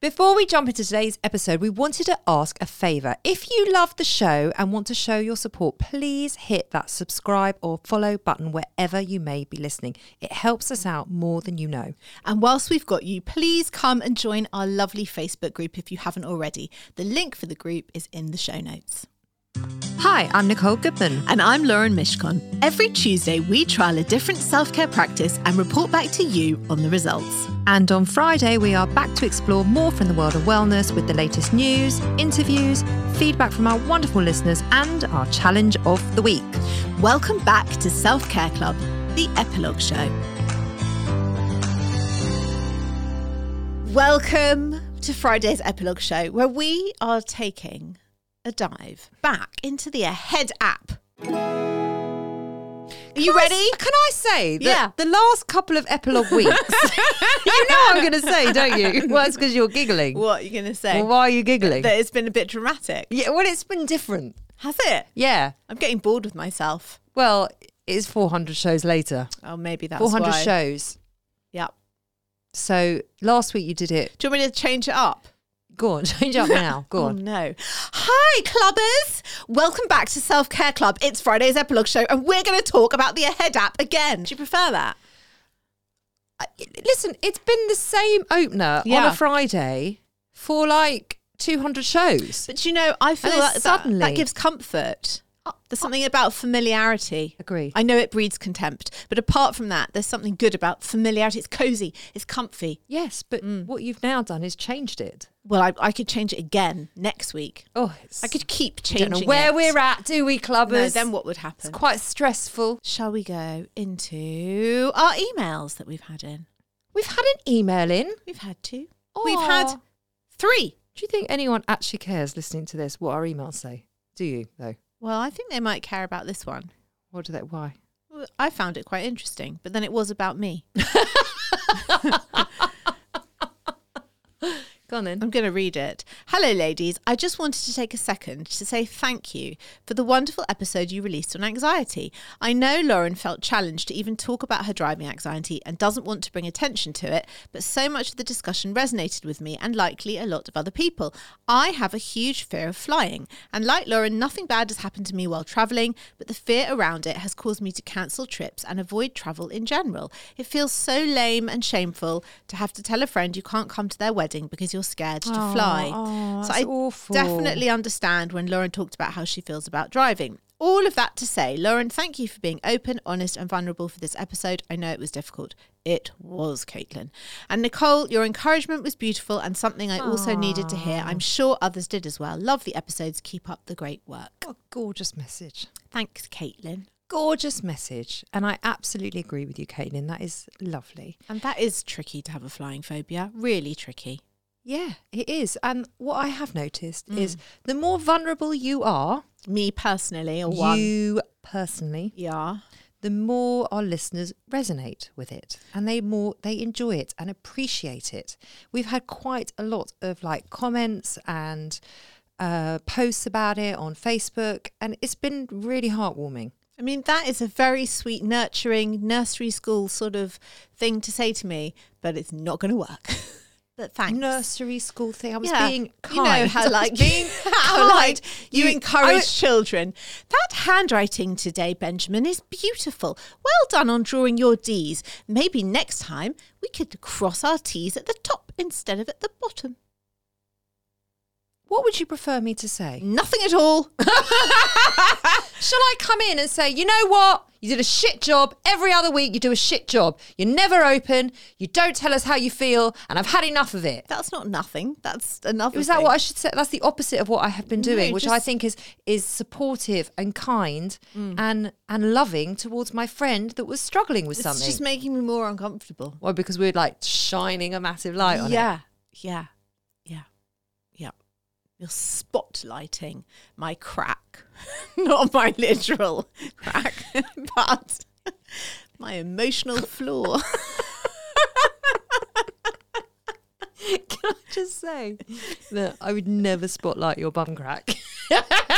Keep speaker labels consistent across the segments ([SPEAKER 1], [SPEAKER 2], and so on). [SPEAKER 1] Before we jump into today's episode, we wanted to ask a favour. If you love the show and want to show your support, please hit that subscribe or follow button wherever you may be listening. It helps us out more than you know.
[SPEAKER 2] And whilst we've got you, please come and join our lovely Facebook group if you haven't already. The link for the group is in the show notes.
[SPEAKER 1] Hi, I'm Nicole Goodman.
[SPEAKER 2] And I'm Lauren Mishcon. Every Tuesday, we trial a different self care practice and report back to you on the results.
[SPEAKER 1] And on Friday, we are back to explore more from the world of wellness with the latest news, interviews, feedback from our wonderful listeners, and our challenge of the week.
[SPEAKER 2] Welcome back to Self Care Club, the epilogue show. Welcome to Friday's epilogue show, where we are taking a dive back into the Ahead app. Are
[SPEAKER 1] Can
[SPEAKER 2] you
[SPEAKER 1] I-
[SPEAKER 2] ready?
[SPEAKER 1] can I say that
[SPEAKER 2] Yeah.
[SPEAKER 1] the last couple of epilogue weeks, you know what I'm going to say, don't you? Well, it's because you're giggling.
[SPEAKER 2] What are you going to say?
[SPEAKER 1] Well, why are you giggling?
[SPEAKER 2] that it's been a bit dramatic.
[SPEAKER 1] yeah, well, it's been different.
[SPEAKER 2] Has it?
[SPEAKER 1] Yeah.
[SPEAKER 2] I'm getting bored with myself.
[SPEAKER 1] Well, it's 400 shows later.
[SPEAKER 2] Oh, maybe that's
[SPEAKER 1] 400
[SPEAKER 2] why.
[SPEAKER 1] shows.
[SPEAKER 2] Yeah.
[SPEAKER 1] So last week you did it.
[SPEAKER 2] Do you want me to change it up?
[SPEAKER 1] Go on, change up now. Go
[SPEAKER 2] Oh
[SPEAKER 1] on.
[SPEAKER 2] no. Hi, clubbers. Welcome back to Self Care Club. It's Friday's epilogue show, and we're going to talk about the Ahead app again. Do you prefer that?
[SPEAKER 1] I- Listen, it's been the same opener on
[SPEAKER 2] Yeah.
[SPEAKER 1] a Friday for like 200 shows.
[SPEAKER 2] But you know, I feel
[SPEAKER 1] And then
[SPEAKER 2] like that-
[SPEAKER 1] suddenly- Oh.
[SPEAKER 2] that, gives comfort. There's something about familiarity.
[SPEAKER 1] Agree.
[SPEAKER 2] I know it breeds contempt, but apart from that, there's something good about familiarity. It's cozy. It's comfy.
[SPEAKER 1] yes, but what you've now done is changed it.
[SPEAKER 2] Well, I, I could change it again next week.
[SPEAKER 1] Oh, it's,
[SPEAKER 2] I could keep
[SPEAKER 1] I
[SPEAKER 2] changing.
[SPEAKER 1] don't know where
[SPEAKER 2] it.
[SPEAKER 1] we're at, do we,
[SPEAKER 2] No,
[SPEAKER 1] clubbers?
[SPEAKER 2] then what would happen?
[SPEAKER 1] It's quite stressful.
[SPEAKER 2] Shall we go into our emails that we've had in?
[SPEAKER 1] We've had an email in.
[SPEAKER 2] We've had two. We've had
[SPEAKER 1] Aw.
[SPEAKER 2] three.
[SPEAKER 1] Do you think anyone actually cares listening to this what our emails say? Do you though?
[SPEAKER 2] Well, I think they might care about this one.
[SPEAKER 1] What do they? Why?
[SPEAKER 2] Well, I found it quite interesting, but then it was about me.
[SPEAKER 1] Go on then.
[SPEAKER 2] I'm going to read it. Hello, ladies. I just wanted to take a second to say thank you for the wonderful episode you released on anxiety. I know Lauren felt challenged to even talk about her driving anxiety and doesn't want to bring attention to it, but so much of the discussion resonated with me and likely a lot of other people. I have a huge fear of flying, and like Lauren, nothing bad has happened to me while traveling, but the fear around it has caused me to cancel trips and avoid travel in general. It feels so lame and shameful to have to tell a friend you can't come to their wedding because you're scared to
[SPEAKER 1] Oh,
[SPEAKER 2] fly.
[SPEAKER 1] oh,
[SPEAKER 2] so
[SPEAKER 1] that's
[SPEAKER 2] I
[SPEAKER 1] awful.
[SPEAKER 2] definitely understand when Lauren talked about how she feels about driving. All of that to say, Lauren, thank you for being open, honest, and vulnerable for this episode. I know it was difficult. It was, Caitlin. And Nicole, your encouragement was beautiful and something I also needed to hear. I'm sure others did as well. Love the episodes. Keep up the great work.
[SPEAKER 1] What a gorgeous message.
[SPEAKER 2] Thanks, Caitlin.
[SPEAKER 1] Gorgeous message, and I absolutely agree with you, Caitlin. That is lovely.
[SPEAKER 2] And that is tricky to have a flying phobia. Really tricky.
[SPEAKER 1] Yeah, it is. And what I have noticed
[SPEAKER 2] Mm.
[SPEAKER 1] is the more vulnerable you are,
[SPEAKER 2] Me personally, or one.
[SPEAKER 1] you personally,
[SPEAKER 2] Yeah.
[SPEAKER 1] the more our listeners resonate with it and they more they enjoy it and appreciate it we've had quite a lot of like comments and uh, posts about it on facebook and it's been really heartwarming
[SPEAKER 2] I mean, that is a very sweet, nurturing, nursery school sort of thing to say to me, but it's not going to work. but thanks.
[SPEAKER 1] nursery school thing i was
[SPEAKER 2] Yeah.
[SPEAKER 1] being kind
[SPEAKER 2] You know
[SPEAKER 1] I
[SPEAKER 2] how
[SPEAKER 1] was
[SPEAKER 2] like
[SPEAKER 1] being
[SPEAKER 2] how
[SPEAKER 1] kind.
[SPEAKER 2] like you, encourage
[SPEAKER 1] I-
[SPEAKER 2] children. That handwriting today, Benjamin, is beautiful. Well done on drawing your D's. Maybe next time we could cross our T's at the top instead of at the bottom.
[SPEAKER 1] what would you prefer me to say
[SPEAKER 2] Nothing at all.
[SPEAKER 1] Shall I come in and say, you know what? You did a shit job. Every other week, you do a shit job. You're never open. You don't tell us how you feel. And I've had enough of it.
[SPEAKER 2] That's not nothing. That's another.
[SPEAKER 1] Was that
[SPEAKER 2] thing.
[SPEAKER 1] what I should say? That's the opposite of what I have been doing,
[SPEAKER 2] No,
[SPEAKER 1] which I
[SPEAKER 2] just- Mm.
[SPEAKER 1] think is is supportive and kind and and loving towards my friend that was struggling with
[SPEAKER 2] It's
[SPEAKER 1] something.
[SPEAKER 2] just making me more uncomfortable.
[SPEAKER 1] well, because we're like shining a massive light on it.
[SPEAKER 2] yeah, yeah, yeah, yeah. You're spotlighting my crack, not my literal crack, but my emotional flaw.
[SPEAKER 1] Can I just say that I would never spotlight your bum crack?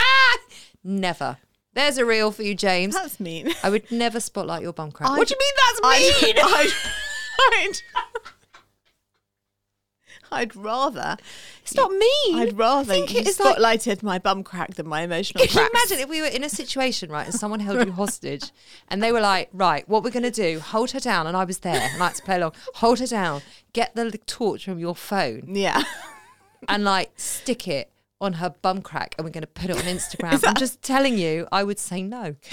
[SPEAKER 1] never. There's a reel for you, James.
[SPEAKER 2] That's mean.
[SPEAKER 1] I would never spotlight your bum crack.
[SPEAKER 2] I
[SPEAKER 1] what do
[SPEAKER 2] d-
[SPEAKER 1] you mean that's mean?
[SPEAKER 2] I'd, I'd, I'd, I'd rather.
[SPEAKER 1] it's not mean.
[SPEAKER 2] I'd rather
[SPEAKER 1] think
[SPEAKER 2] you
[SPEAKER 1] it is like-
[SPEAKER 2] spotlighted my bum crack than my emotional
[SPEAKER 1] Can you
[SPEAKER 2] crack.
[SPEAKER 1] imagine if we were in a situation, right, and someone held you hostage and they were like, right, what we're going to do, hold her down. And I was there and I had to play along. Hold her down, get the torch from your phone
[SPEAKER 2] Yeah.
[SPEAKER 1] and like stick it on her bum crack and we're going to put it on Instagram. I'm just telling you, I would say no.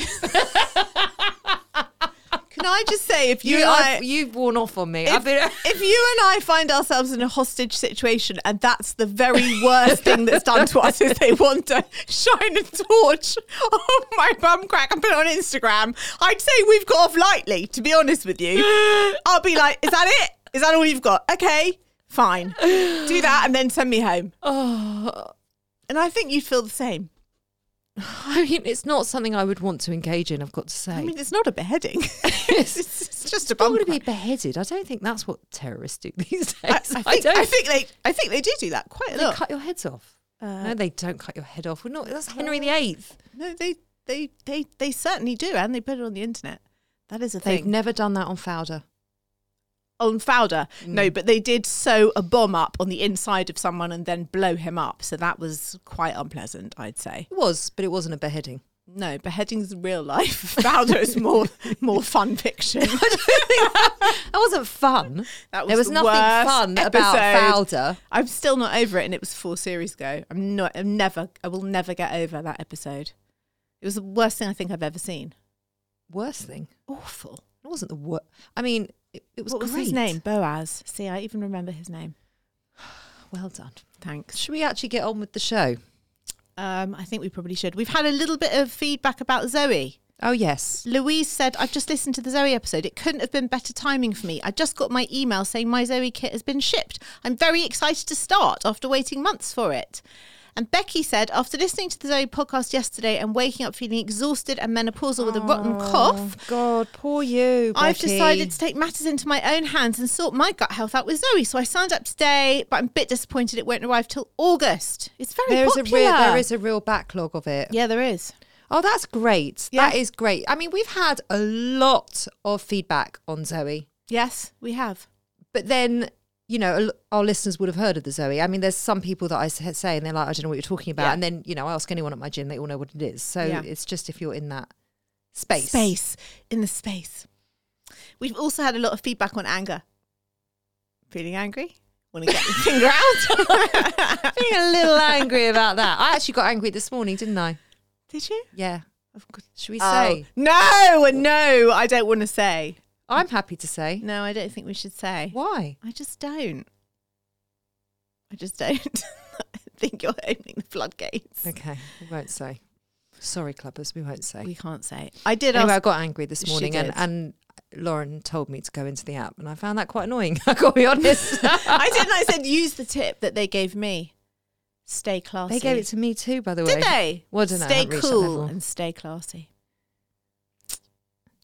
[SPEAKER 2] Can I just say if you,
[SPEAKER 1] You,
[SPEAKER 2] and I,
[SPEAKER 1] I've- you've worn off on me. I've
[SPEAKER 2] if,
[SPEAKER 1] been.
[SPEAKER 2] if you and I find ourselves in a hostage situation and that's the very worst thing that's done to us is they want to shine a torch on my bum crack and put it on Instagram, I'd say we've got off lightly, to be honest with you. I'll be like, is that it? Is that all you've got? Okay, fine. Do that and then send me home.
[SPEAKER 1] Oh.
[SPEAKER 2] And I think you'd feel the same.
[SPEAKER 1] I mean, it's not something I would want to engage in. I've got to say,
[SPEAKER 2] I mean, it's not a beheading.
[SPEAKER 1] It's-
[SPEAKER 2] it's, it's just a
[SPEAKER 1] I'm
[SPEAKER 2] bum
[SPEAKER 1] going to
[SPEAKER 2] crack.
[SPEAKER 1] be beheaded. I don't think that's what terrorists do these days.
[SPEAKER 2] I, I think,
[SPEAKER 1] don't.
[SPEAKER 2] I think they, I think they do do that quite a
[SPEAKER 1] they
[SPEAKER 2] lot.
[SPEAKER 1] cut your heads off. no, they don't cut your head off. We're not. That's Henry VIII.
[SPEAKER 2] No, they they they they certainly do, and they put it on the internet. That is a
[SPEAKER 1] They've
[SPEAKER 2] thing.
[SPEAKER 1] never done that on Fowder.
[SPEAKER 2] on Fowder,
[SPEAKER 1] Mm.
[SPEAKER 2] no, but they did sew a bomb up on the inside of someone and then blow him up. So that was quite unpleasant, I'd say.
[SPEAKER 1] It was, but it wasn't a beheading.
[SPEAKER 2] No, beheadings in real life. Fowder is more more fun fiction.
[SPEAKER 1] That wasn't fun.
[SPEAKER 2] That
[SPEAKER 1] there was
[SPEAKER 2] the
[SPEAKER 1] nothing
[SPEAKER 2] worst
[SPEAKER 1] fun about
[SPEAKER 2] episode.
[SPEAKER 1] Fowder.
[SPEAKER 2] I'm still not over it, and it was four series ago. I'm not. I'm never. I will never get over that episode. It was the worst thing I think I've ever seen.
[SPEAKER 1] Worst thing.
[SPEAKER 2] Awful.
[SPEAKER 1] It wasn't the worst. I mean, it, it was
[SPEAKER 2] what was
[SPEAKER 1] great.
[SPEAKER 2] his name? Boaz. See, I even remember his name.
[SPEAKER 1] Well done.
[SPEAKER 2] Thanks.
[SPEAKER 1] Should we actually get on with the show?
[SPEAKER 2] Um, I think we probably should. We've had a little bit of feedback about Zoe.
[SPEAKER 1] Oh yes.
[SPEAKER 2] Louise said, I've just listened to the Zoe episode. It couldn't have been better timing for me. I just got my email saying my Zoe kit has been shipped. I'm very excited to start after waiting months for it. And Becky said, after listening to the Zoe podcast yesterday and waking up feeling exhausted and menopausal with a rotten cough,
[SPEAKER 1] Oh, God, poor you.
[SPEAKER 2] I've
[SPEAKER 1] Becky.
[SPEAKER 2] decided to take matters into my own hands and sort my gut health out with Zoe. So I signed up today, but I'm a bit disappointed it won't arrive till August. It's very
[SPEAKER 1] There is a
[SPEAKER 2] popular.
[SPEAKER 1] real there is a real backlog of it.
[SPEAKER 2] yeah, there is.
[SPEAKER 1] Oh, that's great. That
[SPEAKER 2] Yeah.
[SPEAKER 1] is great. I mean, we've had a lot of feedback on Zoe,
[SPEAKER 2] Yes, we have.
[SPEAKER 1] but then, you know, a l- our listeners would have heard of the Zoe. I mean, there's some people that I s- say and they're like, I don't know what you're talking about.
[SPEAKER 2] Yeah.
[SPEAKER 1] And then, you know, I ask anyone at my gym, they all know what it is. So
[SPEAKER 2] Yeah.
[SPEAKER 1] it's just if you're in that space.
[SPEAKER 2] Space in the space. We've also had a lot of feedback on anger. Feeling angry? Want to get your finger out?
[SPEAKER 1] Being a little angry about that. I actually got angry this morning, didn't I?
[SPEAKER 2] Did you?
[SPEAKER 1] Yeah.
[SPEAKER 2] Of course.
[SPEAKER 1] Should we
[SPEAKER 2] Oh,
[SPEAKER 1] say?
[SPEAKER 2] no, no, I don't want to say.
[SPEAKER 1] I'm happy to say.
[SPEAKER 2] No, I don't think we should say.
[SPEAKER 1] Why?
[SPEAKER 2] I just don't. I just don't. I think you're opening the floodgates.
[SPEAKER 1] Okay. We won't say. Sorry, clubbers. We won't say.
[SPEAKER 2] We can't say. I did
[SPEAKER 1] anyway, I
[SPEAKER 2] ask.
[SPEAKER 1] got angry this
[SPEAKER 2] She
[SPEAKER 1] morning, and,
[SPEAKER 2] did.
[SPEAKER 1] and Lauren told me to go into the app, and I found that quite annoying. I got to be honest.
[SPEAKER 2] I didn't. I said use the tip that they gave me. Stay classy.
[SPEAKER 1] they gave it to me too, by the way.
[SPEAKER 2] Did they?
[SPEAKER 1] Well, I dunno, I
[SPEAKER 2] Stay
[SPEAKER 1] haven't reached that
[SPEAKER 2] cool
[SPEAKER 1] level.
[SPEAKER 2] and stay classy.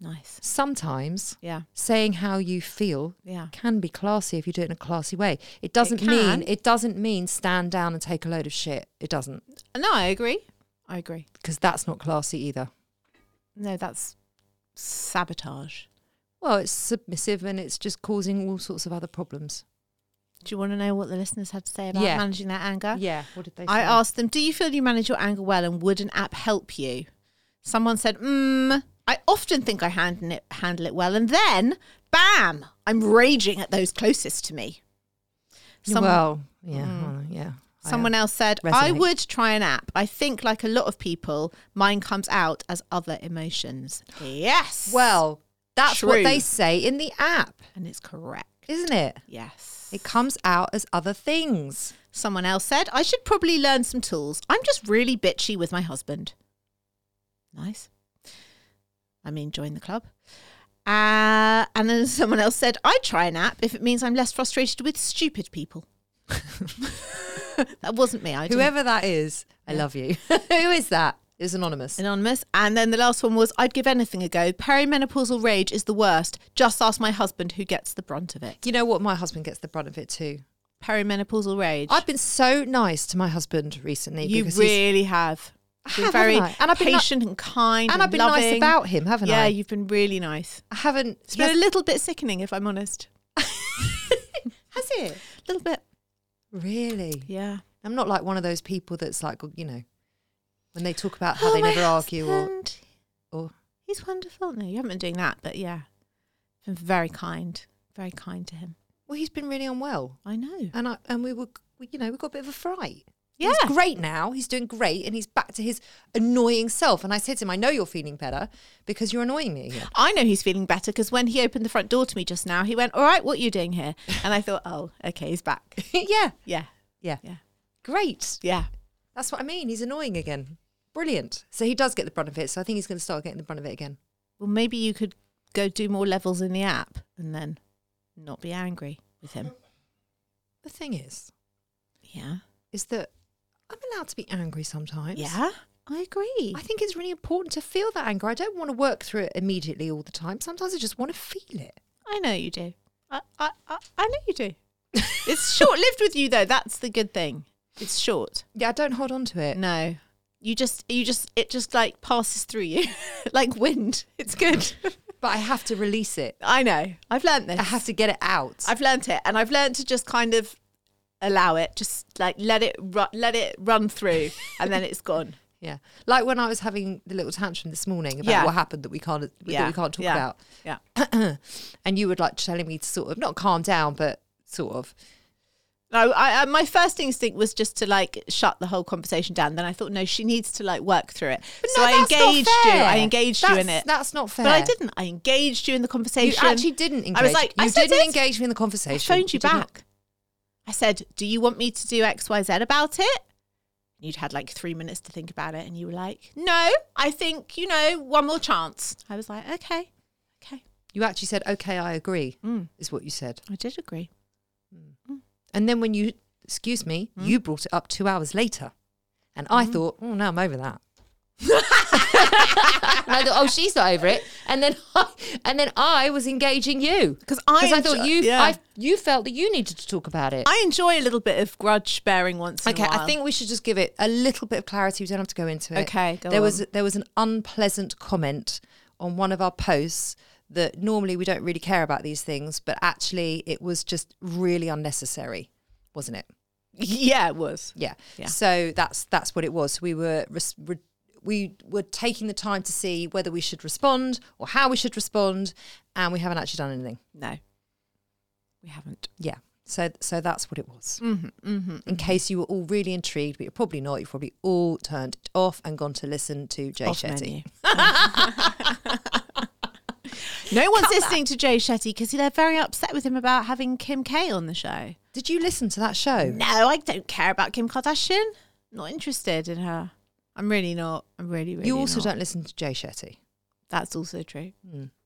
[SPEAKER 2] Nice.
[SPEAKER 1] Sometimes
[SPEAKER 2] Yeah.
[SPEAKER 1] saying how you feel
[SPEAKER 2] Yeah.
[SPEAKER 1] can be classy if you do it in a classy way. It doesn't
[SPEAKER 2] can.
[SPEAKER 1] mean it doesn't mean stand down and take a load of shit. It doesn't
[SPEAKER 2] No, I agree. I agree.
[SPEAKER 1] because that's not classy either.
[SPEAKER 2] No, that's sabotage.
[SPEAKER 1] Well, it's submissive and it's just causing all sorts of other problems.
[SPEAKER 2] Do you want to know what the listeners had to say about
[SPEAKER 1] Yeah.
[SPEAKER 2] managing their anger?
[SPEAKER 1] Yeah. What did they?
[SPEAKER 2] I
[SPEAKER 1] say?
[SPEAKER 2] asked them, Do you feel you manage your anger well and would an app help you? Someone said, Mmm, I often think I handle it, handle it well. And then, bam, I'm raging at those closest to me. Some- Mm.
[SPEAKER 1] well, yeah, well, yeah. I am.
[SPEAKER 2] Someone else said, I
[SPEAKER 1] Resonate.
[SPEAKER 2] would try an app. I think, like a lot of people, mine comes out as other emotions. Yes.
[SPEAKER 1] Well, that's what
[SPEAKER 2] True.
[SPEAKER 1] they say in the app,
[SPEAKER 2] and it's correct.
[SPEAKER 1] isn't it?
[SPEAKER 2] Yes.
[SPEAKER 1] It comes out as other things.
[SPEAKER 2] Someone else said, I should probably learn some tools. I'm just really bitchy with my husband. Nice. I mean, join the club. Uh, and then someone else said, I'd try an app if it means I'm less frustrated with stupid people. that wasn't me. I didn't-
[SPEAKER 1] Whoever that is, I love you. Who is that? It was anonymous.
[SPEAKER 2] Anonymous. And then the last one was I'd give anything a go. Perimenopausal rage is the worst. Just ask my husband who gets the brunt of it.
[SPEAKER 1] You know what? My husband gets the brunt of it too.
[SPEAKER 2] Perimenopausal rage.
[SPEAKER 1] I've been so nice to my husband recently.
[SPEAKER 2] you
[SPEAKER 1] because he's-
[SPEAKER 2] really have.
[SPEAKER 1] I
[SPEAKER 2] Been
[SPEAKER 1] have,
[SPEAKER 2] very
[SPEAKER 1] haven't I? And I've been ni-
[SPEAKER 2] patient and kind.
[SPEAKER 1] and I've been nice
[SPEAKER 2] loving.
[SPEAKER 1] about him, haven't
[SPEAKER 2] yeah,
[SPEAKER 1] I?
[SPEAKER 2] you've been really nice.
[SPEAKER 1] I haven't.
[SPEAKER 2] It's
[SPEAKER 1] yes-
[SPEAKER 2] been a little bit sickening, if I'm honest.
[SPEAKER 1] has it?
[SPEAKER 2] A little bit.
[SPEAKER 1] Really?
[SPEAKER 2] Yeah.
[SPEAKER 1] I'm not like one of those people that's like, you know, when they talk about how they never argue or, or
[SPEAKER 2] He's wonderful. No, you haven't been doing that, but yeah. Been very kind. Very kind to him.
[SPEAKER 1] well, he's been really unwell,
[SPEAKER 2] I know.
[SPEAKER 1] and I and we were, we, you know, we got a bit of a fright.
[SPEAKER 2] Yeah.
[SPEAKER 1] He's great now. He's doing great, and he's back to his annoying self. And I said to him, "I know you're feeling better because you're annoying me again."
[SPEAKER 2] I know he's feeling better because when he opened the front door to me just now, he went, All right, what are you doing here? And I thought, Oh, okay, he's back.
[SPEAKER 1] yeah,
[SPEAKER 2] Yeah.
[SPEAKER 1] yeah,
[SPEAKER 2] Yeah.
[SPEAKER 1] great.
[SPEAKER 2] Yeah.
[SPEAKER 1] That's what I mean. He's annoying again. Brilliant. So he does get the brunt of it. So I think he's going to start getting the brunt of it again.
[SPEAKER 2] Well, maybe you could go do more levels in the app and then not be angry with him.
[SPEAKER 1] The thing is,
[SPEAKER 2] Yeah.
[SPEAKER 1] is that I'm allowed to be angry sometimes.
[SPEAKER 2] Yeah. I agree.
[SPEAKER 1] I think it's really important to feel that anger. I don't want to work through it immediately all the time. Sometimes I just want to feel it.
[SPEAKER 2] I know you do. I, I, I, I know you do. It's short lived with you though. That's the good thing. It's short.
[SPEAKER 1] Yeah, I don't hold on to it.
[SPEAKER 2] No, you just you just it just like passes through you like wind. It's good.
[SPEAKER 1] But I have to release it.
[SPEAKER 2] I know. I've learnt this.
[SPEAKER 1] I have to get it out.
[SPEAKER 2] I've learnt it, and I've learnt to just kind of allow it. Just like let it ru- let it run through, and then it's gone.
[SPEAKER 1] yeah. Like when I was having the little tantrum this morning about
[SPEAKER 2] Yeah.
[SPEAKER 1] what happened that we can't that we can't talk
[SPEAKER 2] yeah,
[SPEAKER 1] about.
[SPEAKER 2] Yeah.
[SPEAKER 1] And you were like telling me to sort of not calm down, but sort of.
[SPEAKER 2] No, I, I, my first instinct was just to like shut the whole conversation down. Then I thought, no, she needs to like work through it.
[SPEAKER 1] But
[SPEAKER 2] so
[SPEAKER 1] no,
[SPEAKER 2] I
[SPEAKER 1] that's not
[SPEAKER 2] engaged you.
[SPEAKER 1] fair.
[SPEAKER 2] I engaged you in
[SPEAKER 1] That's-
[SPEAKER 2] it.
[SPEAKER 1] That's not fair.
[SPEAKER 2] But I didn't. I engaged you in the
[SPEAKER 1] You
[SPEAKER 2] conversation.
[SPEAKER 1] actually didn't engage.
[SPEAKER 2] I was like,
[SPEAKER 1] you
[SPEAKER 2] I said
[SPEAKER 1] didn't
[SPEAKER 2] it.
[SPEAKER 1] engage me in the
[SPEAKER 2] I
[SPEAKER 1] conversation.
[SPEAKER 2] phoned you
[SPEAKER 1] did not.
[SPEAKER 2] back. I said, "Do you want me to do X, Y, Z about it?" You'd had like three minutes to think about it, and you were like, "No, I think you know, one more chance." I was like, "Okay, okay,
[SPEAKER 1] You actually said, "Okay, I agree,"
[SPEAKER 2] Mm.
[SPEAKER 1] is what you said.
[SPEAKER 2] I did agree."
[SPEAKER 1] And then when you, excuse me,
[SPEAKER 2] Hmm?
[SPEAKER 1] you brought it up two hours later. And I thought, oh, no, I'm over that. and I thought, oh, she's not over it. And then I, and then I was engaging you.
[SPEAKER 2] 'Cause I
[SPEAKER 1] Because I
[SPEAKER 2] enjoy-
[SPEAKER 1] thought you,
[SPEAKER 2] yeah.
[SPEAKER 1] I, you felt that you needed to talk about it.
[SPEAKER 2] I enjoy a little bit of grudge bearing once. In
[SPEAKER 1] okay,
[SPEAKER 2] a while.
[SPEAKER 1] I think we should just give it a little bit of clarity. We don't have to go into it.
[SPEAKER 2] Okay, go
[SPEAKER 1] there was
[SPEAKER 2] on.
[SPEAKER 1] there was an unpleasant comment on one of our posts that normally we don't really care about these things, but actually it was just really unnecessary, wasn't it?
[SPEAKER 2] yeah, it was.
[SPEAKER 1] Yeah.
[SPEAKER 2] Yeah.
[SPEAKER 1] So that's that's what it was. We were res- re- we were taking the time to see whether we should respond or how we should respond, and we haven't actually done anything.
[SPEAKER 2] No, we haven't.
[SPEAKER 1] Yeah. So so that's what it was.
[SPEAKER 2] Mm-hmm, mm-hmm.
[SPEAKER 1] In case you were all really intrigued, but you're probably not. You've probably all turned it off and gone to listen to Jay
[SPEAKER 2] Off
[SPEAKER 1] Shetty.
[SPEAKER 2] menu. no one's listening to Jay Shetty because they're very upset with him about having Kim K on the show.
[SPEAKER 1] Did you listen to that show?
[SPEAKER 2] No, I don't care about Kim Kardashian. Not interested in her. I'm really not. I'm really, really.
[SPEAKER 1] you also
[SPEAKER 2] not.
[SPEAKER 1] don't listen to Jay Shetty.
[SPEAKER 2] That's also true.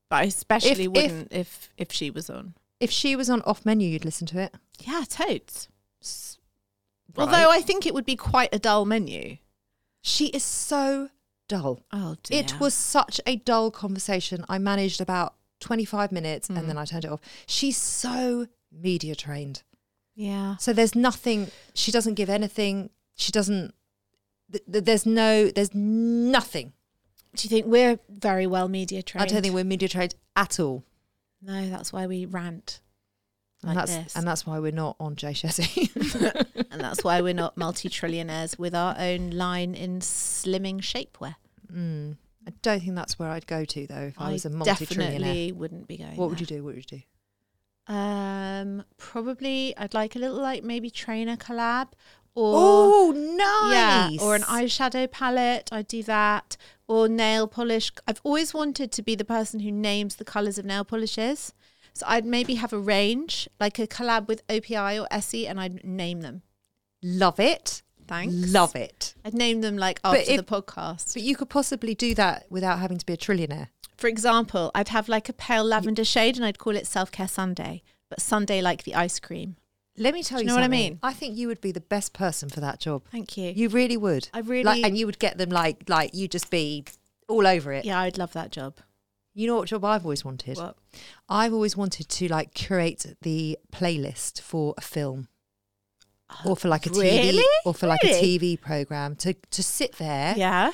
[SPEAKER 2] But I especially
[SPEAKER 1] If-
[SPEAKER 2] wouldn't Hmm. if, if she was on.
[SPEAKER 1] If she was on off menu, you'd listen to it.
[SPEAKER 2] Yeah, totes.
[SPEAKER 1] S-
[SPEAKER 2] Although
[SPEAKER 1] right.
[SPEAKER 2] I think it would be quite a dull menu.
[SPEAKER 1] she is so dull.
[SPEAKER 2] Oh
[SPEAKER 1] It was such a dull conversation. I managed about 25 minutes and
[SPEAKER 2] Mm.
[SPEAKER 1] then I turned it off. She's so media trained.
[SPEAKER 2] Yeah.
[SPEAKER 1] So there's nothing, she doesn't give anything. She doesn't, th- th- there's no, there's nothing.
[SPEAKER 2] Do you think we're very well media trained?
[SPEAKER 1] I don't think we're media trained at all.
[SPEAKER 2] No, that's why we rant.
[SPEAKER 1] And
[SPEAKER 2] Like
[SPEAKER 1] that's
[SPEAKER 2] this.
[SPEAKER 1] and that's why we're not on Jay Shetty.
[SPEAKER 2] and that's why we're not multi-trillionaires with our own line in slimming shapewear.
[SPEAKER 1] mm. I don't think that's where I'd go to though if I, was a multi-trillionaire.
[SPEAKER 2] definitely wouldn't be going.
[SPEAKER 1] What would you do? What would you do?
[SPEAKER 2] do? Um, probably I'd like a little like maybe trainer collab or
[SPEAKER 1] Oh, nice.
[SPEAKER 2] yeah, or an eyeshadow palette. I'd do that or nail polish. I've always wanted to be the person who names the colors of nail polishes. So I'd maybe have a range like a collab with OPI or Essie, and I'd name them.
[SPEAKER 1] Love it.
[SPEAKER 2] Thanks.
[SPEAKER 1] Love it.
[SPEAKER 2] I'd name them like after
[SPEAKER 1] if-
[SPEAKER 2] the podcast.
[SPEAKER 1] But you could possibly do that without having to be a trillionaire.
[SPEAKER 2] For example, I'd have like a pale lavender shade and I'd call it Self Care Sunday, but Sunday like the ice cream.
[SPEAKER 1] Let me tell
[SPEAKER 2] Do
[SPEAKER 1] you,
[SPEAKER 2] you know what I
[SPEAKER 1] something.
[SPEAKER 2] mean?
[SPEAKER 1] I think you would be the best person for that job.
[SPEAKER 2] Thank you.
[SPEAKER 1] You really would.
[SPEAKER 2] I really-
[SPEAKER 1] like, and you would get them like like you just be all over it.
[SPEAKER 2] yeah, I'd love that job.
[SPEAKER 1] You know what job I've always wanted?
[SPEAKER 2] What?
[SPEAKER 1] I've always wanted to like curate the playlist for a film. Or for like a TV
[SPEAKER 2] Oh, Really?
[SPEAKER 1] or for like
[SPEAKER 2] Really?
[SPEAKER 1] a TV program to to sit there
[SPEAKER 2] Yeah.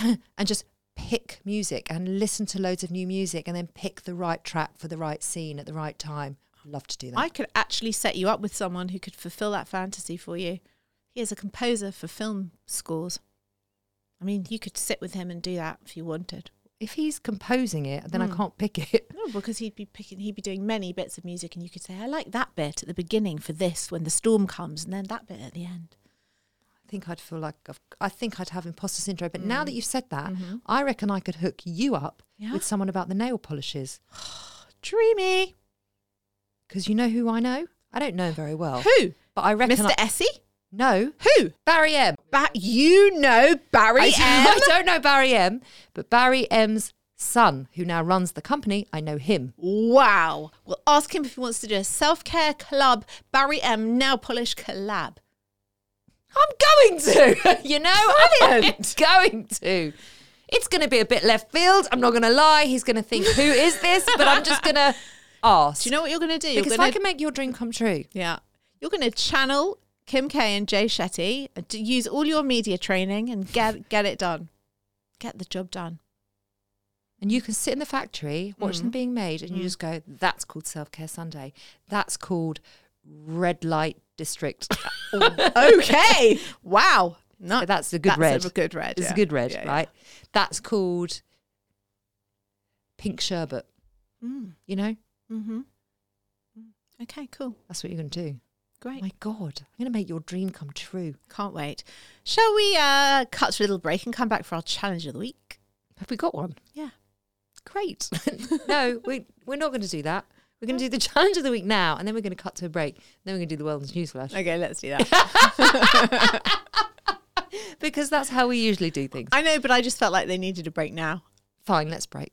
[SPEAKER 1] and just pick music and listen to loads of new music and then pick the right track for the right scene at the right time. Love to do that.
[SPEAKER 2] I could actually set you up with someone who could fulfill that fantasy for you. He is a composer for film scores. I mean, you could sit with him and do that if you wanted.
[SPEAKER 1] if he's composing it,
[SPEAKER 2] Hmm.
[SPEAKER 1] then I can't pick it.
[SPEAKER 2] No, because he'd be picking, he'd be doing many bits of music, and you could say, "I like that bit at the beginning for this when the storm comes, and then that bit at the end."
[SPEAKER 1] I think I'd feel like I've, I think I'd have imposter syndrome. But now that you've said that, I reckon I could hook you up
[SPEAKER 2] Hmm. Mm-hmm. Yeah.
[SPEAKER 1] with someone about the nail polishes
[SPEAKER 2] Dreamy.
[SPEAKER 1] because you know who I know. I don't know him very well,
[SPEAKER 2] Who?
[SPEAKER 1] but I reckon.
[SPEAKER 2] Mr.
[SPEAKER 1] I,
[SPEAKER 2] Essie?
[SPEAKER 1] no,
[SPEAKER 2] Who?
[SPEAKER 1] Barry M.
[SPEAKER 2] Ba- you know
[SPEAKER 1] I,
[SPEAKER 2] Barry M.
[SPEAKER 1] I don't know Barry M. But Barry M's son, who now runs the company, I know him.
[SPEAKER 2] Wow. We'll ask him if he wants to do a self care club Barry M. Now Polish collab.
[SPEAKER 1] I'm going to, you know, I'm
[SPEAKER 2] Brilliant.
[SPEAKER 1] going to. It's going to be a bit left field. I'm not going to lie. He's going to think, who is this? But I'm just going to ask.
[SPEAKER 2] Do you know what you're going to do? You're
[SPEAKER 1] because if
[SPEAKER 2] gonna-
[SPEAKER 1] I can make your dream come true,
[SPEAKER 2] Yeah. You're going to channel Kim K and Jay Shetty, and to use all your media training and get get it done. Get the job done.
[SPEAKER 1] and you can sit in the factory, watch
[SPEAKER 2] Mm.
[SPEAKER 1] them being made, and you just go, that's called self care Sunday. That's called red light district.
[SPEAKER 2] okay. Wow. No,
[SPEAKER 1] that's a good
[SPEAKER 2] that's
[SPEAKER 1] red.
[SPEAKER 2] A good red.
[SPEAKER 1] it's
[SPEAKER 2] yeah.
[SPEAKER 1] a good red,
[SPEAKER 2] Yeah, yeah.
[SPEAKER 1] right? That's called pink sherbet.
[SPEAKER 2] Mm.
[SPEAKER 1] You know,
[SPEAKER 2] Mm-hmm. Okay, cool.
[SPEAKER 1] that's what you're going to do.
[SPEAKER 2] Great.
[SPEAKER 1] My God, I'm going to make your dream come true.
[SPEAKER 2] Can't wait. Shall we uh, cut to a little break and come back for our challenge of the week?
[SPEAKER 1] Have we got one?
[SPEAKER 2] Yeah.
[SPEAKER 1] Great. no, we, we're not going to do that. We're going to do the challenge of the week now, and then we're going to cut to a break. Then we're going to do the wellness newsflash
[SPEAKER 2] Okay, let's do that.
[SPEAKER 1] because that's how we usually do things.
[SPEAKER 2] I know, but I just felt like they needed a break now.
[SPEAKER 1] Fine, let's break.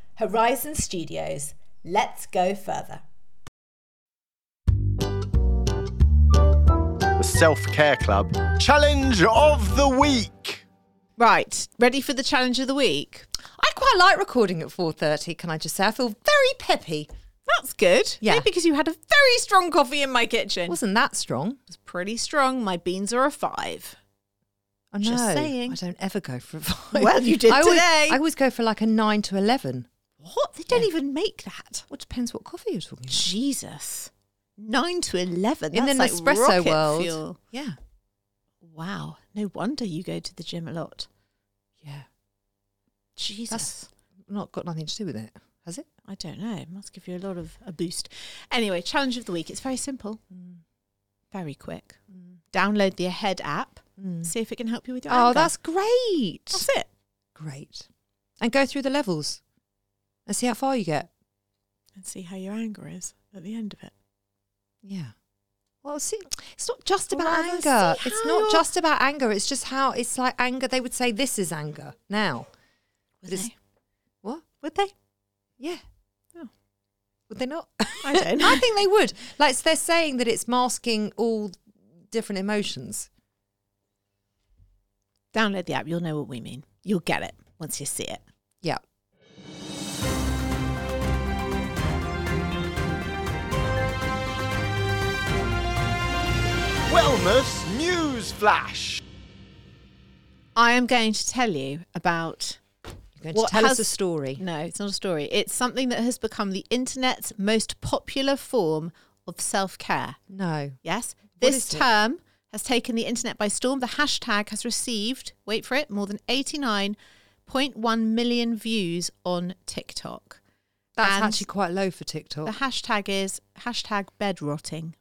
[SPEAKER 3] Horizon Studios, let's go further.
[SPEAKER 4] The Self Care Club Challenge of the Week.
[SPEAKER 2] Right, ready for the challenge of the week?
[SPEAKER 1] I quite like recording at 4:30, can I just say I feel very peppy.
[SPEAKER 2] That's good.
[SPEAKER 1] Yeah.
[SPEAKER 2] Maybe because you had a very strong coffee in my kitchen.
[SPEAKER 1] Wasn't that strong?
[SPEAKER 2] was pretty strong. My beans are a five.
[SPEAKER 1] I know.
[SPEAKER 2] Just saying.
[SPEAKER 1] I don't ever go for a five.
[SPEAKER 2] Well, you did
[SPEAKER 1] I always-
[SPEAKER 2] today.
[SPEAKER 1] I always go for like a nine to eleven.
[SPEAKER 2] What? They don't even make that.
[SPEAKER 1] Well, depends what coffee you're talking about.
[SPEAKER 2] Jesus. Nine to eleven.
[SPEAKER 1] in
[SPEAKER 2] That's
[SPEAKER 1] an
[SPEAKER 2] like
[SPEAKER 1] espresso
[SPEAKER 2] rocket
[SPEAKER 1] world.
[SPEAKER 2] fuel.
[SPEAKER 1] Yeah,
[SPEAKER 2] Wow. No wonder you go to the gym a lot.
[SPEAKER 1] yeah.
[SPEAKER 2] Jesus.
[SPEAKER 1] That's not got nothing to do with it, has it?
[SPEAKER 2] I don't know. It must give you a lot of a boost. Anyway, challenge of the week. It's very simple.
[SPEAKER 1] Mm.
[SPEAKER 2] Very quick. Download the Ahead app. See if it can help you with your
[SPEAKER 1] Mm. Oh,
[SPEAKER 2] anger.
[SPEAKER 1] that's great.
[SPEAKER 2] that's it.
[SPEAKER 1] Great. And go through the levels and see how far you get.
[SPEAKER 2] and see how your anger is at the end of it.
[SPEAKER 1] Yeah. Well, see, it's not just about
[SPEAKER 2] Well, see
[SPEAKER 1] anger. It's
[SPEAKER 2] how
[SPEAKER 1] not
[SPEAKER 2] you're-
[SPEAKER 1] just about anger. It's just how it's like anger. They would say this is anger now.
[SPEAKER 2] Would
[SPEAKER 1] But it's-
[SPEAKER 2] they?
[SPEAKER 1] What?
[SPEAKER 2] Would they?
[SPEAKER 1] Yeah.
[SPEAKER 2] Oh.
[SPEAKER 1] Would they not?
[SPEAKER 2] I don't know.
[SPEAKER 1] I think they would. Like they're saying that it's masking all different emotions.
[SPEAKER 2] Download the app. You'll know what we mean. You'll get it once you see it.
[SPEAKER 1] Yeah.
[SPEAKER 4] Wellness News Flash.
[SPEAKER 2] I am going to tell you about
[SPEAKER 1] You're going
[SPEAKER 2] What
[SPEAKER 1] to tell us
[SPEAKER 2] has-
[SPEAKER 1] a story.
[SPEAKER 2] No, it's not a story. It's something that has become the internet's most popular form of self care.
[SPEAKER 1] No.
[SPEAKER 2] Yes?
[SPEAKER 1] What
[SPEAKER 2] This
[SPEAKER 1] is it?
[SPEAKER 2] term has taken the internet by storm. The hashtag has received, wait for it, more than 89.1 million views on TikTok.
[SPEAKER 1] That's
[SPEAKER 2] And-
[SPEAKER 1] actually quite low for
[SPEAKER 2] The
[SPEAKER 1] TikTok.
[SPEAKER 2] hashtag is hashtag bed rotting.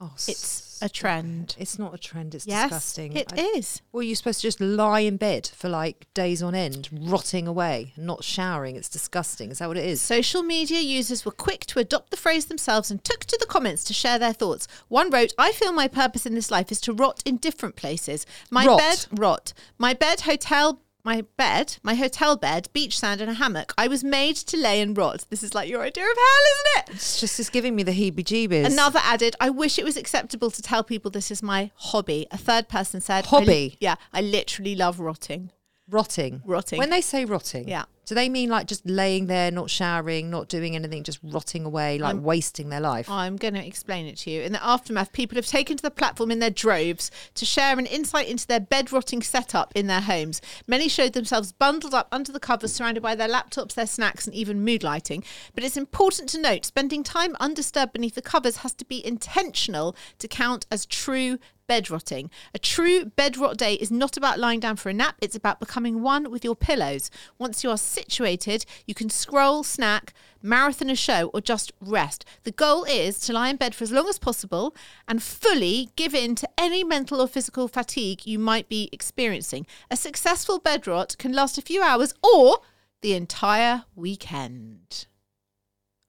[SPEAKER 1] Oh,
[SPEAKER 2] It's a
[SPEAKER 1] stop
[SPEAKER 2] trend.
[SPEAKER 1] it. It's not a trend. It's
[SPEAKER 2] yes,
[SPEAKER 1] disgusting.
[SPEAKER 2] it
[SPEAKER 1] I-
[SPEAKER 2] is.
[SPEAKER 1] Well, you're supposed to just lie in bed for like days on end, rotting away, not showering. It's disgusting. Is that what it is?
[SPEAKER 2] Social media users were quick to adopt the phrase themselves and took to the comments to share their thoughts. One wrote, I feel my purpose in this life is to rot in different places. My
[SPEAKER 1] Rot.
[SPEAKER 2] bed, rot. My bed, hotel, my bed, my hotel bed, beach sand, and a hammock. I was made to lay and rot. This is like your idea of hell, isn't it?
[SPEAKER 1] It's just it's giving me the heebie-jeebies.
[SPEAKER 2] Another added, I wish it was acceptable to tell people this is my hobby. A third person said, "I
[SPEAKER 1] Hobby?
[SPEAKER 2] li- yeah, I literally love rotting.
[SPEAKER 1] rotting.
[SPEAKER 2] Rotting.
[SPEAKER 1] When they say rotting,
[SPEAKER 2] Yeah.
[SPEAKER 1] do they mean like just laying there, not showering, not doing anything, just rotting away, like
[SPEAKER 2] Um,
[SPEAKER 1] wasting their life?
[SPEAKER 2] I'm going to explain it to you. In the aftermath, people have taken to the platform in their droves to share an insight into their bed rotting setup in their homes. Many showed themselves bundled up under the covers, surrounded by their laptops, their snacks, and even mood lighting. But it's important to note spending time undisturbed beneath the covers has to be intentional to count as true bed rotting. A true bed rot day is not about lying down for a nap, it's about becoming one with your pillows. Once you are situated, you can scroll, snack, marathon a show, or just rest. The goal is to lie in bed for as long as possible and fully give in to any mental or physical fatigue you might be experiencing. A successful bed rot can last a few hours or the entire weekend.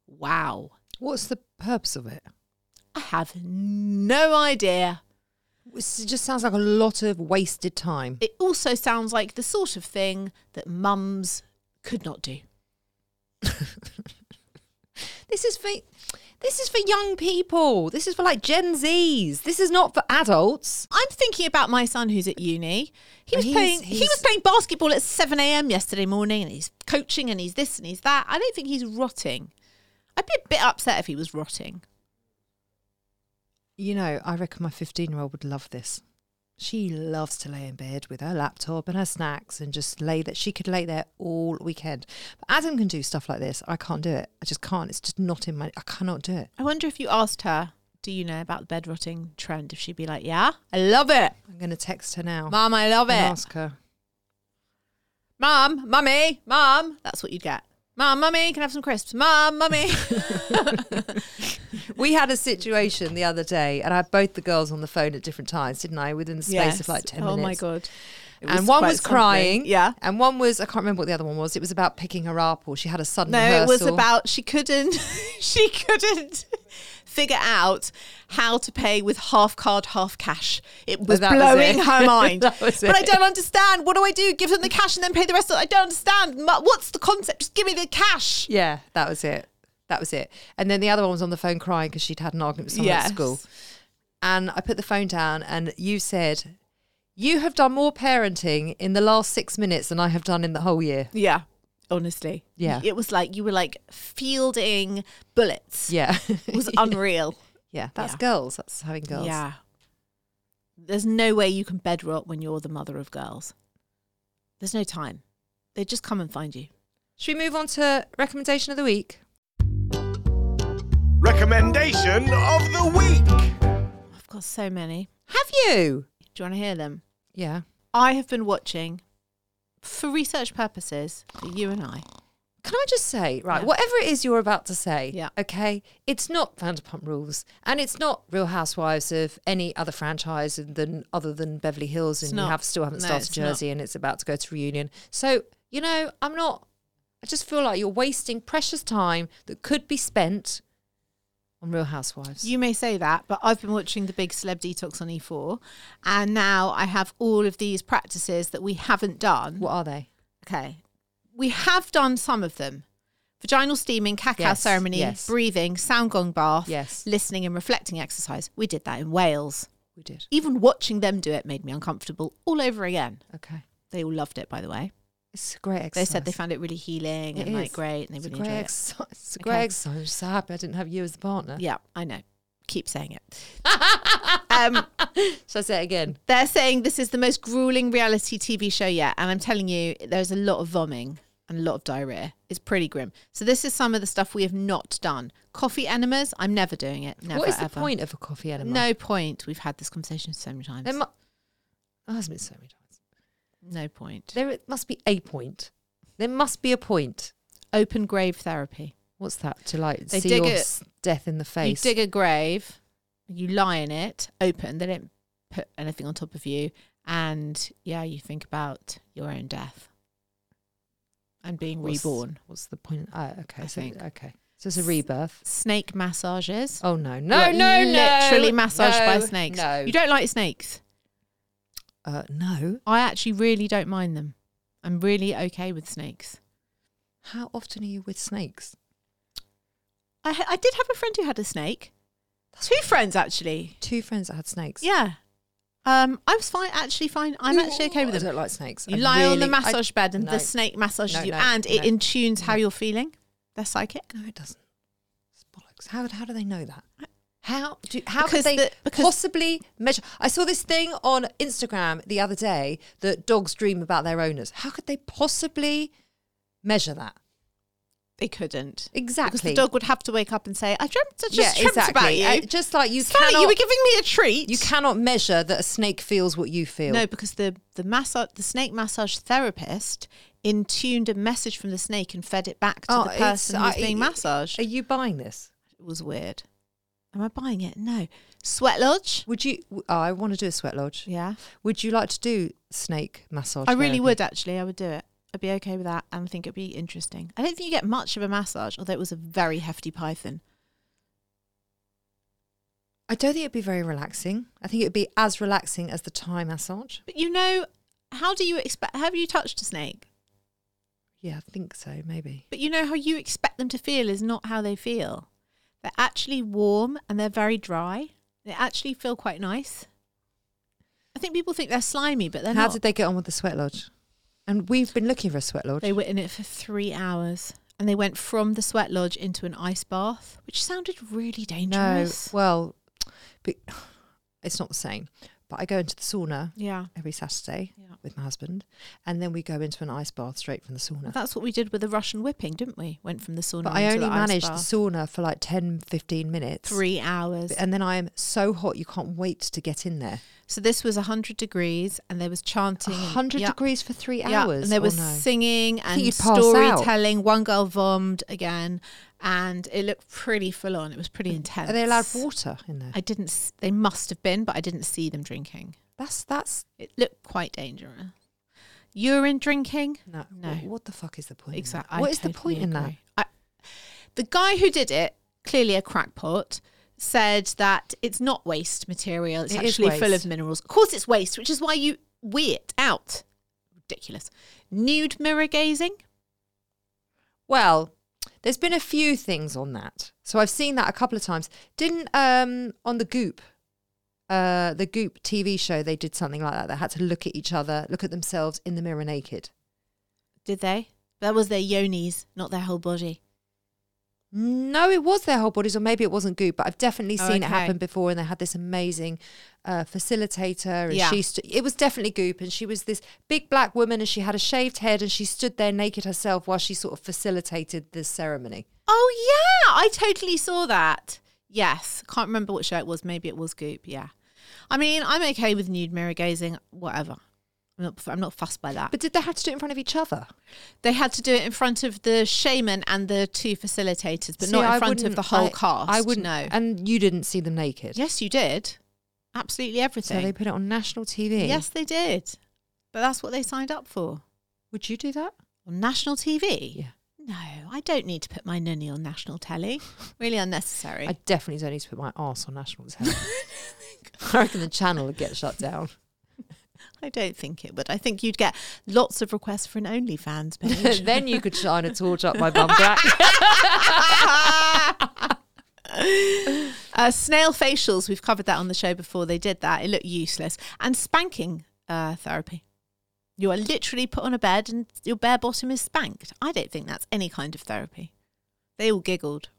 [SPEAKER 2] Wow.
[SPEAKER 1] What's the purpose of it?
[SPEAKER 2] I have no idea.
[SPEAKER 1] It's- It just sounds like a lot of wasted time.
[SPEAKER 2] it also sounds like the sort of thing that mums could not do.
[SPEAKER 1] This is for this is for young people. This is for like Gen Zs. This is not for adults.
[SPEAKER 2] I'm thinking about my son who's at uni. He was
[SPEAKER 1] He's-
[SPEAKER 2] playing he
[SPEAKER 1] he's-
[SPEAKER 2] was playing basketball at 7 a.m. yesterday morning and he's coaching and he's this and he's that. I don't think he's rotting. I'd be a bit upset if he was rotting.
[SPEAKER 1] You know, I reckon my 15 year old would love this. She loves to lay in bed with her laptop and her snacks and just lay that she could lay there all weekend. But Adam can do stuff like this. I can't do it. I just can't. It's just not in my. I cannot do it.
[SPEAKER 2] I wonder if you asked her, do you know about the bed rotting trend? If she'd be like, yeah, I love it.
[SPEAKER 1] I'm going to text her now.
[SPEAKER 2] Mum, I love
[SPEAKER 1] and
[SPEAKER 2] it.
[SPEAKER 1] ask her.
[SPEAKER 2] Mum, mummy, mum. That's what you'd get. Mum, mummy, can I have some crisps? Mum, mummy.
[SPEAKER 1] We had a situation the other day, and I had both the girls on the phone at different times, didn't I? Within the space of like 10
[SPEAKER 2] Oh
[SPEAKER 1] minutes.
[SPEAKER 2] my God. It
[SPEAKER 1] and one
[SPEAKER 2] quite
[SPEAKER 1] was
[SPEAKER 2] something.
[SPEAKER 1] crying.
[SPEAKER 2] Yeah.
[SPEAKER 1] And one was, I can't remember what the other one was. It was about picking her up or she had a sudden
[SPEAKER 2] No, it was
[SPEAKER 1] rehearsal.
[SPEAKER 2] about she couldn't she couldn't figure out how to pay with half card, half cash. It was
[SPEAKER 1] Oh, that was
[SPEAKER 2] blowing
[SPEAKER 1] it.
[SPEAKER 2] her mind.
[SPEAKER 1] That was
[SPEAKER 2] but I
[SPEAKER 1] it.
[SPEAKER 2] don't understand. What do I do? Give them the cash and then pay the rest of it. I don't understand. Mu- What's the concept? Just give me the cash.
[SPEAKER 1] Yeah, that was it. That was it. And then the other one was on the phone crying because she'd had an argument with someone
[SPEAKER 2] Yes.
[SPEAKER 1] at school. And I put the phone down and you said, You have done more parenting in the last six minutes than I have done in the whole year.
[SPEAKER 2] Yeah. Honestly.
[SPEAKER 1] Yeah.
[SPEAKER 2] It was like you were like fielding bullets.
[SPEAKER 1] Yeah.
[SPEAKER 2] It was unreal.
[SPEAKER 1] yeah, that's
[SPEAKER 2] Yeah.
[SPEAKER 1] girls. That's having girls.
[SPEAKER 2] Yeah. There's no way you can bed rot when you're the mother of girls. There's no time. They just come and find you.
[SPEAKER 1] Should we move on to recommendation of the week?
[SPEAKER 4] Recommendation of the week.
[SPEAKER 2] I've got so many.
[SPEAKER 1] Have you?
[SPEAKER 2] Do you want to hear them?
[SPEAKER 1] Yeah.
[SPEAKER 2] I have been watching, for research purposes, for you and I,
[SPEAKER 1] Can I just say, right, whatever it is you're about to say,
[SPEAKER 2] Yeah.
[SPEAKER 1] okay, it's not Vanderpump Rules and it's not Real Housewives of any other franchise than other than Beverly Hills and you
[SPEAKER 2] not.
[SPEAKER 1] have still haven't
[SPEAKER 2] No,
[SPEAKER 1] started
[SPEAKER 2] it's not.
[SPEAKER 1] Jersey and it's about to go to reunion. So, you know, I'm not I just feel like you're wasting precious time that could be spent on Real Housewives.
[SPEAKER 2] You may say that, but I've been watching the big celeb detox on E4, and now I have all of these practices that we haven't done.
[SPEAKER 1] what are they?
[SPEAKER 2] Okay. We have done some of them. Vaginal steaming, cacao
[SPEAKER 1] Yes,
[SPEAKER 2] ceremony,
[SPEAKER 1] yes.
[SPEAKER 2] breathing, sound gong bath,
[SPEAKER 1] Yes.
[SPEAKER 2] listening and reflecting exercise. We did that in Wales.
[SPEAKER 1] We did.
[SPEAKER 2] Even watching them do it made me uncomfortable all over again.
[SPEAKER 1] Okay.
[SPEAKER 2] They all loved it, by the way.
[SPEAKER 1] It's a great
[SPEAKER 2] They
[SPEAKER 1] exercise.
[SPEAKER 2] said they found it really healing
[SPEAKER 1] It
[SPEAKER 2] and like
[SPEAKER 1] is.
[SPEAKER 2] great, and they
[SPEAKER 1] It's a
[SPEAKER 2] really
[SPEAKER 1] great
[SPEAKER 2] enjoyed it.
[SPEAKER 1] exercise. It's a great
[SPEAKER 2] Okay.
[SPEAKER 1] exercise. I'm so happy I didn't have you as the partner.
[SPEAKER 2] Yeah, I know. Keep saying it. um,
[SPEAKER 1] Should I say it again?
[SPEAKER 2] they're saying this is the most grueling reality TV show yet, and I'm telling you, there's a lot of vomiting and a lot of diarrhea. It's pretty grim. So this is some of the stuff we have not done. Coffee enemas, I'm never doing it. Never.
[SPEAKER 1] what is the
[SPEAKER 2] ever.
[SPEAKER 1] point of a coffee enema?
[SPEAKER 2] No point. We've had this conversation so many times.
[SPEAKER 1] There mu- oh, has been so many times.
[SPEAKER 2] no point.
[SPEAKER 1] There it must be a point. There must be a point.
[SPEAKER 2] Open grave therapy.
[SPEAKER 1] What's that? To like
[SPEAKER 2] They
[SPEAKER 1] see
[SPEAKER 2] dig
[SPEAKER 1] your
[SPEAKER 2] it-
[SPEAKER 1] s- death in the face.
[SPEAKER 2] You dig a grave, you lie in it, open. They don't put anything on top of you, and yeah, you think about your own death and being
[SPEAKER 1] What's-
[SPEAKER 2] reborn.
[SPEAKER 1] What's the point? Oh, okay.
[SPEAKER 2] I
[SPEAKER 1] so,
[SPEAKER 2] think.
[SPEAKER 1] Okay. So it's a rebirth.
[SPEAKER 2] Snake massages.
[SPEAKER 1] Oh no! No!
[SPEAKER 2] Like,
[SPEAKER 1] no! No!
[SPEAKER 2] Literally massaged by
[SPEAKER 1] No,
[SPEAKER 2] snakes.
[SPEAKER 1] No.
[SPEAKER 2] You don't like snakes.
[SPEAKER 1] Uh, no.
[SPEAKER 2] I actually really don't mind them. I'm really okay with snakes.
[SPEAKER 1] How often are you with snakes?
[SPEAKER 2] I, ha- I did have a friend who had a snake. Two friends actually.
[SPEAKER 1] Two friends that had snakes.
[SPEAKER 2] Yeah. Um, I was fine. Actually, fine. I'm actually okay with
[SPEAKER 1] Oh, I
[SPEAKER 2] them.
[SPEAKER 1] don't like snakes.
[SPEAKER 2] You
[SPEAKER 1] I
[SPEAKER 2] lie on the
[SPEAKER 1] really- I-
[SPEAKER 2] massage bed, and
[SPEAKER 1] no.
[SPEAKER 2] the snake massages
[SPEAKER 1] No,
[SPEAKER 2] you,
[SPEAKER 1] no,
[SPEAKER 2] and it
[SPEAKER 1] no.
[SPEAKER 2] intunes how
[SPEAKER 1] No.
[SPEAKER 2] you're feeling. They're psychic.
[SPEAKER 1] No, it doesn't. It's bollocks. How how do they know that? How do how
[SPEAKER 2] Because
[SPEAKER 1] could they
[SPEAKER 2] the- because-
[SPEAKER 1] possibly measure? I saw this thing on Instagram the other day that dogs dream about their owners. How could they possibly measure that?
[SPEAKER 2] They couldn't because
[SPEAKER 1] Exactly.
[SPEAKER 2] the dog would have to wake up and say, "I dreamt such
[SPEAKER 1] yeah,
[SPEAKER 2] a dreamt
[SPEAKER 1] exactly.
[SPEAKER 2] about you."
[SPEAKER 1] Uh, just like you
[SPEAKER 2] Sally,
[SPEAKER 1] cannot,
[SPEAKER 2] you were giving me a treat.
[SPEAKER 1] you cannot measure that a snake feels what you feel.
[SPEAKER 2] No, because the the massage the snake massage therapist intuned a message from the snake and fed it back to
[SPEAKER 1] Oh,
[SPEAKER 2] the
[SPEAKER 1] it's-
[SPEAKER 2] person who's
[SPEAKER 1] I-
[SPEAKER 2] being massaged.
[SPEAKER 1] Are you buying this?
[SPEAKER 2] it was weird. Am I buying it? No. Sweat lodge.
[SPEAKER 1] Would you? w- oh, I want to do a sweat lodge.
[SPEAKER 2] Yeah,
[SPEAKER 1] Would you like to do snake massage?
[SPEAKER 2] I really
[SPEAKER 1] therapy?
[SPEAKER 2] would actually. I would do it. I'd be okay with that, and I think it'd be interesting. I don't think you get much of a massage, although it was a very hefty python.
[SPEAKER 1] I don't think it'd be very relaxing. I think it'd be as relaxing as the Thai massage.
[SPEAKER 2] But you know, how do you expect? Have you touched a snake?
[SPEAKER 1] Yeah, I think so, maybe.
[SPEAKER 2] But you know how you expect them to feel is not how they feel. They're actually warm and they're very dry. They actually feel quite nice. I think people think they're slimy, but they're
[SPEAKER 1] How
[SPEAKER 2] not.
[SPEAKER 1] did they get on with the sweat lodge? And we've been looking for a sweat lodge.
[SPEAKER 2] They were in it for three hours and they went from the sweat lodge into an ice bath, which sounded really
[SPEAKER 1] no,
[SPEAKER 2] dangerous.
[SPEAKER 1] well, but it's not the same. But I go into the sauna
[SPEAKER 2] yeah.
[SPEAKER 1] every Saturday
[SPEAKER 2] Yeah.
[SPEAKER 1] with my husband, and then we go into an ice bath straight from the sauna.
[SPEAKER 2] Well, that's what we did with the Russian whipping, didn't we? Went from the sauna.
[SPEAKER 1] but I
[SPEAKER 2] into
[SPEAKER 1] only
[SPEAKER 2] the ice
[SPEAKER 1] managed the
[SPEAKER 2] bath.
[SPEAKER 1] sauna for like 10, 15 minutes.
[SPEAKER 2] three hours.
[SPEAKER 1] And then I am so hot, you can't wait to get in there.
[SPEAKER 2] So this was hundred degrees, and there was chanting. and-
[SPEAKER 1] 100
[SPEAKER 2] Yeah.
[SPEAKER 1] degrees for three hours.
[SPEAKER 2] and there
[SPEAKER 1] Oh,
[SPEAKER 2] was
[SPEAKER 1] no.
[SPEAKER 2] singing
[SPEAKER 1] I think
[SPEAKER 2] and
[SPEAKER 1] you'd pass out.
[SPEAKER 2] storytelling. One girl vomed again, and it looked pretty full on. It was pretty intense.
[SPEAKER 1] Are they allowed water in there?
[SPEAKER 2] I didn't. s- They must have been, but I didn't see them drinking.
[SPEAKER 1] That's, that's,
[SPEAKER 2] It looked quite dangerous. Urine drinking.
[SPEAKER 1] No. wh-
[SPEAKER 2] No.
[SPEAKER 1] What, the fuck is the point?
[SPEAKER 2] Exactly.
[SPEAKER 1] Exactly. Oh, What is the point in that?
[SPEAKER 2] I, the guy who did it, clearly a crackpot, said that it's not waste material. It's
[SPEAKER 1] It is
[SPEAKER 2] actually full of
[SPEAKER 1] waste.
[SPEAKER 2] minerals. Of course, it's waste, which is why you wee it out. Ridiculous. Nude mirror gazing.
[SPEAKER 1] Well, there's been a few things on that. So I've seen that a couple of times. Didn't um on the Goop, uh the Goop TV show they did something like that. They had to look at each other, look at themselves in the mirror naked.
[SPEAKER 2] Did they? That was their yonis, not their whole body.
[SPEAKER 1] No, it was their whole bodies, or maybe it wasn't Goop, but I've definitely
[SPEAKER 2] Oh,
[SPEAKER 1] seen it
[SPEAKER 2] okay.
[SPEAKER 1] happen before. And they had this amazing uh, facilitator, and
[SPEAKER 2] Yeah.
[SPEAKER 1] she st- it was definitely Goop, and she was this big black woman, and she had a shaved head, and she stood there naked herself while she sort of facilitated the ceremony.
[SPEAKER 2] Oh yeah, I totally saw that. Yes, can't remember what show it was. Maybe it was Goop. Yeah, I mean, I'm okay with nude mirror gazing. Whatever. I'm not, I'm not fussed by that.
[SPEAKER 1] But did they have to do it in front of each other?
[SPEAKER 2] They had to do it in front of the shaman and the two facilitators, but
[SPEAKER 1] See,
[SPEAKER 2] not in
[SPEAKER 1] I
[SPEAKER 2] front of
[SPEAKER 1] wouldn't-
[SPEAKER 2] the whole
[SPEAKER 1] I-
[SPEAKER 2] cast.
[SPEAKER 1] I wouldn't
[SPEAKER 2] know.
[SPEAKER 1] And you didn't see them naked.
[SPEAKER 2] yes, you did. Absolutely
[SPEAKER 1] So
[SPEAKER 2] everything.
[SPEAKER 1] they put it on national TV.
[SPEAKER 2] Yes, they did. But that's what they signed up for
[SPEAKER 1] Would you do that?
[SPEAKER 2] on national TV.
[SPEAKER 1] Yeah.
[SPEAKER 2] No, I don't need to put my nunny on national telly. Really unnecessary.
[SPEAKER 1] I definitely don't need to put my arse on national television. I reckon the channel would get shut down.
[SPEAKER 2] I don't think it would. I think you'd get lots of requests for an OnlyFans page.
[SPEAKER 1] then you could shine a torch up my bum crack.
[SPEAKER 2] Uh, snail facials, we've covered that on the show before. They did that. It looked useless. And spanking uh, therapy. You are literally put on a bed and your bare bottom is spanked. I don't think that's any kind of therapy. They all giggled.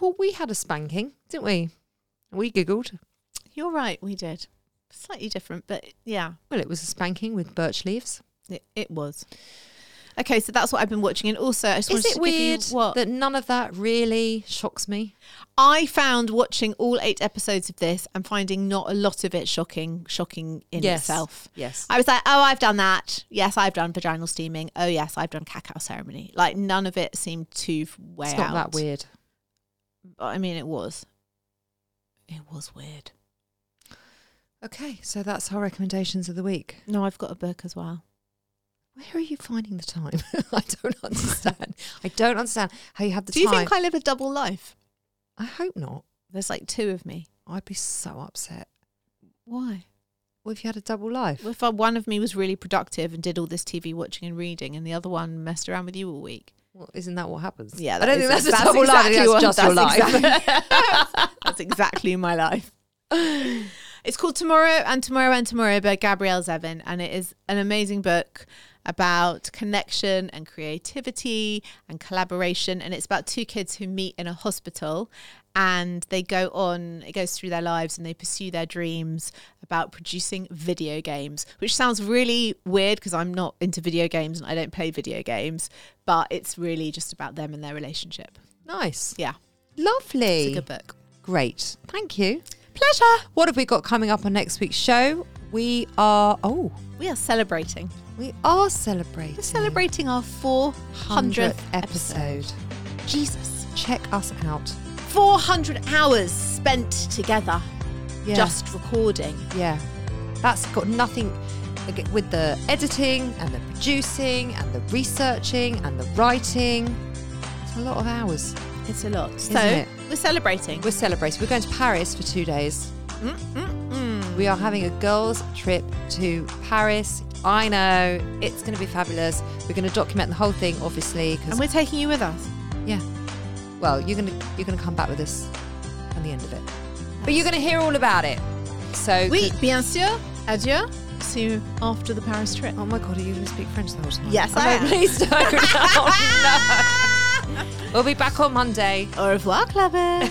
[SPEAKER 1] well, we had a spanking, didn't we? We giggled.
[SPEAKER 2] You're right, we did. Slightly different, but yeah,
[SPEAKER 1] Well, it was a spanking with birch leaves.
[SPEAKER 2] it, it was. Okay, so that's what I've been watching. And also, I just
[SPEAKER 1] Is
[SPEAKER 2] wanted
[SPEAKER 1] it
[SPEAKER 2] to
[SPEAKER 1] weird
[SPEAKER 2] give you what
[SPEAKER 1] that none of that really shocks me?
[SPEAKER 2] I found watching all eight episodes of this and finding not a lot of it shocking, shocking in
[SPEAKER 1] Yes.
[SPEAKER 2] itself.
[SPEAKER 1] Yes.
[SPEAKER 2] I was like, oh, I've done that. Yes, I've done vaginal steaming. Oh, yes, I've done cacao ceremony. Like none of it seemed too way
[SPEAKER 1] it's not
[SPEAKER 2] out.
[SPEAKER 1] that weird.
[SPEAKER 2] I mean, it was. It was weird.
[SPEAKER 1] Okay, so that's our recommendations of the week.
[SPEAKER 2] No, I've got a book as well.
[SPEAKER 1] Where are you finding the time? I don't understand. I don't understand how you have the
[SPEAKER 2] Do you
[SPEAKER 1] time.
[SPEAKER 2] think I live a double life?
[SPEAKER 1] I-, hope not.
[SPEAKER 2] There's like two of me.
[SPEAKER 1] I'd be so upset.
[SPEAKER 2] Why?
[SPEAKER 1] Well, if you had a double life,
[SPEAKER 2] If I, one of me was really productive and did all this TV watching and reading, and the other one messed around with you all week.
[SPEAKER 1] well, isn't that what happens?
[SPEAKER 2] Yeah,
[SPEAKER 1] I don't
[SPEAKER 2] that
[SPEAKER 1] think
[SPEAKER 2] is-
[SPEAKER 1] that's a
[SPEAKER 2] that's
[SPEAKER 1] double
[SPEAKER 2] exactly
[SPEAKER 1] life. I
[SPEAKER 2] what-
[SPEAKER 1] think That's just
[SPEAKER 2] that's
[SPEAKER 1] your life.
[SPEAKER 2] That's exactly my life. It's called Tomorrow and Tomorrow and Tomorrow by Gabrielle Zevin, and it is an amazing book about connection and creativity and collaboration. And it's about two kids who meet in a hospital and they go on, it goes through their lives and they pursue their dreams about producing video games, which sounds really weird because I'm not into video games and I don't play video games, but it's really just about them and their relationship.
[SPEAKER 1] nice.
[SPEAKER 2] Yeah,
[SPEAKER 1] Lovely.
[SPEAKER 2] it's a good book.
[SPEAKER 1] Great. Thank you.
[SPEAKER 2] Pleasure.
[SPEAKER 1] What have we got coming up on next week's show? We are, oh,
[SPEAKER 2] We are celebrating.
[SPEAKER 1] we are celebrating.
[SPEAKER 2] We're celebrating our 400th
[SPEAKER 1] 100th
[SPEAKER 2] episode.
[SPEAKER 1] episode.
[SPEAKER 2] Jesus.
[SPEAKER 1] Check us out.
[SPEAKER 2] 400 hours spent together
[SPEAKER 1] Yeah.
[SPEAKER 2] just recording.
[SPEAKER 1] Yeah. That's got nothing ag- with the editing and the producing and the researching and the writing. It's a lot of hours.
[SPEAKER 2] It's a lot. so
[SPEAKER 1] it?
[SPEAKER 2] we're celebrating.
[SPEAKER 1] We're celebrating. We're going to Paris for two days. We are having a girls' trip to Paris. I know it's going to be fabulous. We're going to document the whole thing, obviously,
[SPEAKER 2] and
[SPEAKER 1] because
[SPEAKER 2] we're taking you with us.
[SPEAKER 1] yeah. Well, you're going to you're going to come back with us on the end of it, but you're going to hear all about it. So
[SPEAKER 2] Oui, bien sûr. Adieu. See you after the Paris trip.
[SPEAKER 1] Oh my god, are you going to speak French the whole time?
[SPEAKER 2] Yes,
[SPEAKER 1] Oh,
[SPEAKER 2] I
[SPEAKER 1] no,
[SPEAKER 2] am.
[SPEAKER 1] Please don't. Oh, no. We'll be back on Monday.
[SPEAKER 2] Au revoir, Clever.